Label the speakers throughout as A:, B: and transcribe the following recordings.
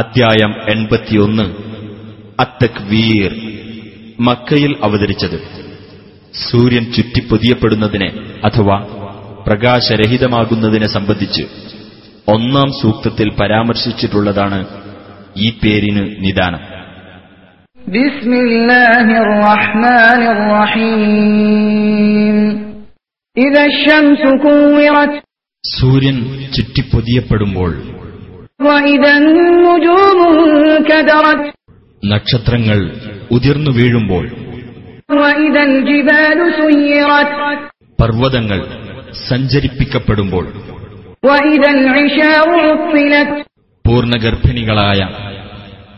A: അധ്യായം എൺപത്തിയൊന്ന് അത്തക്വീർ മക്കയിൽ അവതരിച്ചത് സൂര്യൻ ചുറ്റിപ്പൊതിയപ്പെടുന്നതിനെ അഥവാ പ്രകാശരഹിതമാകുന്നതിനെ സംബന്ധിച്ച് ഒന്നാം സൂക്തത്തിൽ പരാമർശിച്ചിട്ടുള്ളതാണ് ഈ പേരിന് നിദാനം
B: بسم الله الرحمن الرحيم إذا الشمس كورت
A: സൂര്യൻ ചുറ്റിപ്പൊതിയപ്പെടുമ്പോൾ
B: وإذا النجوم انكدرت
A: നക്ഷത്രങ്ങൾ ഉതിർന്നു വീഴുമ്പോൾ
B: وإذا الجبال سيرت
A: പർവ്വതങ്ങൾ സഞ്ചരിപ്പിക്കപ്പെടുമ്പോൾ
B: وإذا العشار عطلت
A: പൂർണ്ണഗർഭിണികളായ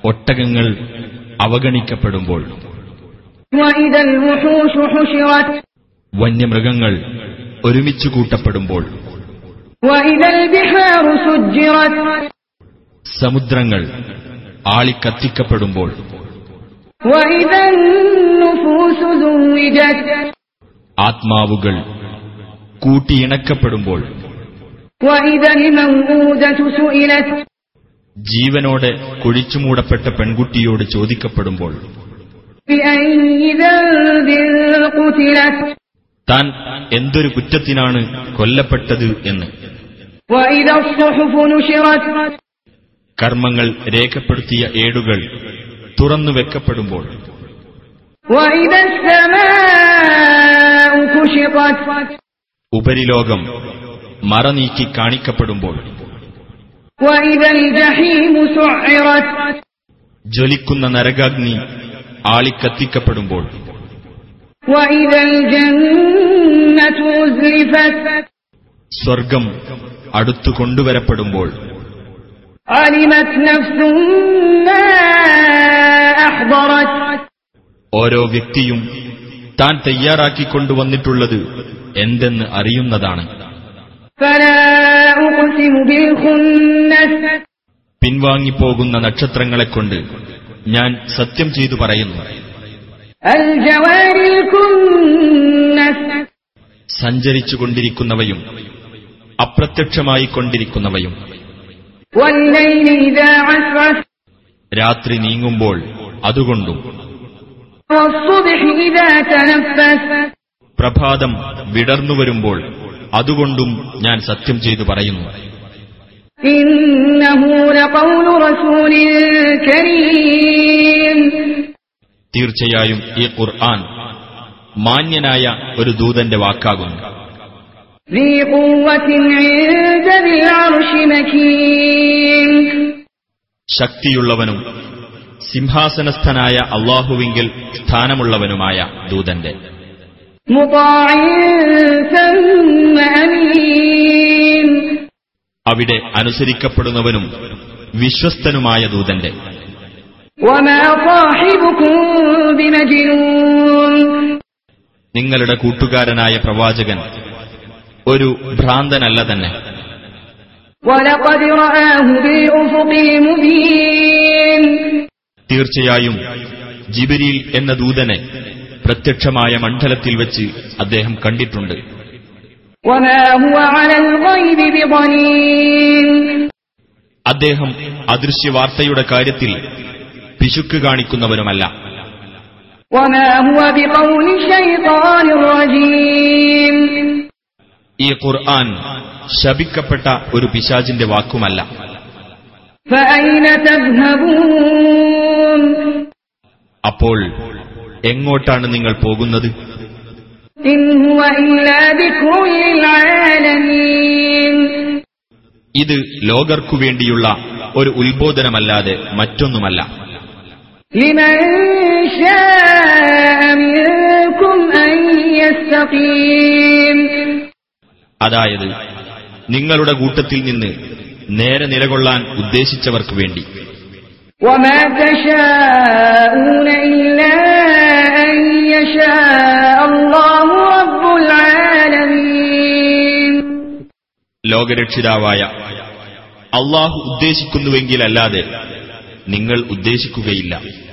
A: ഒട്ടകങ്ങൾ അവഗണിക്കപ്പെടുമ്പോൾ
B: وإذا الوحوش حشرت
A: വന്യമൃഗങ്ങൾ ഒരുമിച്ചു കൂട്ടപ്പെടുമ്പോൾ
B: وإذا البحار سجرت
A: സമുദ്രങ്ങൾ ആളിക്കത്തിക്കപ്പെടുമ്പോൾ
B: وإذا النفوس زوجت
A: ആത്മാവുകൾ കൂട്ടിയിണക്കപ്പെടുമ്പോൾ
B: وإذا الموءودة سئلت
A: ജീവനോടെ കുഴിച്ചുമൂടപ്പെട്ട പെൺകുട്ടിയോട് ചോദിക്കപ്പെടുമ്പോൾ
B: بأي ذنب قتلت
A: താൻ എന്തൊരു കുറ്റത്തിനാണ് കൊല്ലപ്പെട്ടത് എന്ന്
B: وإذا الصحف نشرت
A: കർമ്മങ്ങൾ രേഖപ്പെടുത്തിയ ഏടുകൾ തുറന്നു വെക്കപ്പെടുമ്പോൾ
B: وإذا السماء كشطت
A: ഉപരിലോകം മറനീക്കി കാണിക്കപ്പെടുമ്പോൾ
B: وإذا الجحيم سعرت
A: ജ്വലിക്കുന്ന നരകാഗ്നി ആളിക്കത്തിക്കപ്പെടുമ്പോൾ
B: وإذا الجنة أزلفت
A: സ്വർഗം അടുത്തു കൊണ്ടുവരപ്പെടുമ്പോൾ
B: علمت نفس ما أحضرت
A: ഓരോ വ്യക്തിയും താൻ തയ്യാറാക്കിക്കൊണ്ടുവന്നിട്ടുള്ളത് എന്തെന്ന് അറിയുന്നതാണ്
B: فلا أقسم بالخنس
A: പിൻവാങ്ങിപ്പോകുന്ന നക്ഷത്രങ്ങളെക്കൊണ്ട് ഞാൻ സത്യം ചെയ്തു പറയുന്നു
B: الجوار الكنس
A: സഞ്ചരിച്ചുകൊണ്ടിരിക്കുന്നവയും അപ്രത്യക്ഷമായിക്കൊണ്ടിരിക്കുന്നവയും
B: والليل إذا عسعس
A: രാത്രി നീങ്ങുമ്പോൾ അതുകൊണ്ടും
B: والصبح إذا تنفس
A: പ്രഭാതം വിടർന്നു വരുമ്പോൾ അതുകൊണ്ടും ഞാൻ സത്യം ചെയ്തു പറയുന്നു
B: إنه لقول رسول كريم
A: തീർച്ചയായും ഈ ഖുർആൻ മാന്യനായ ഒരു ദൂതന്റെ വാക്കാകുന്നു
B: ذي قوة عند ذي العرش مكين
A: ശക്തിയുള്ളവനും സിംഹാസനസ്ഥനായ അള്ളാഹുവിങ്കിൽ സ്ഥാനമുള്ളവനുമായ ദൂതന്റെ
B: مطاع ثم أمين
A: അവിടെ അനുസരിക്കപ്പെടുന്നവനും വിശ്വസ്തനുമായ ദൂതന്റെ
B: وما صاحبكم بمجنون
A: നിങ്ങളുടെ കൂട്ടുകാരനായ പ്രവാചകൻ ഒരു ഭ്രാന്തനല്ല തന്നെ
B: ولقد رآه بالأفق المبين
A: തീർച്ചയായും ജിബിരിൽ എന്ന ദൂതനെ പ്രത്യക്ഷമായ മണ്ഡലത്തിൽ വെച്ച് അദ്ദേഹം കണ്ടിട്ടുണ്ട്
B: وما هو على الغيب بضنين
A: അദ്ദേഹം അദൃശ്യവാർത്തയുടെ കാര്യത്തിൽ പിശുക്ക് കാണിക്കുന്നവനുമല്ല
B: وما هو بقول شيطان رجيم
A: ഈ ഖുർആൻ ശപിക്കപ്പെട്ട ഒരു പിശാചിന്റെ വാക്കുമല്ല
B: فأين تذهبون
A: അപ്പോൾ എങ്ങോട്ടാണ് നിങ്ങൾ പോകുന്നത്
B: إن هو إلا ذكر للعالمين
A: ഇത് ലോകർക്കു വേണ്ടിയുള്ള ഒരു ഉത്ബോധനമല്ലാതെ മറ്റൊന്നുമല്ല
B: لمن شاء منكم أن يستقيم
A: അതായത് നിങ്ങളുടെ കൂട്ടത്തിൽ നിന്ന് നേരെ നിലകൊള്ളാൻ ഉദ്ദേശിച്ചവർക്ക് വേണ്ടി
B: وما تشاءون إلا أن يشاء الله رب العالمين
A: ലോകരക്ഷിതാവായ അള്ളാഹു ഉദ്ദേശിക്കുന്നുവെങ്കിലല്ലാതെ നിങ്ങൾ ഉദ്ദേശിക്കുകയില്ല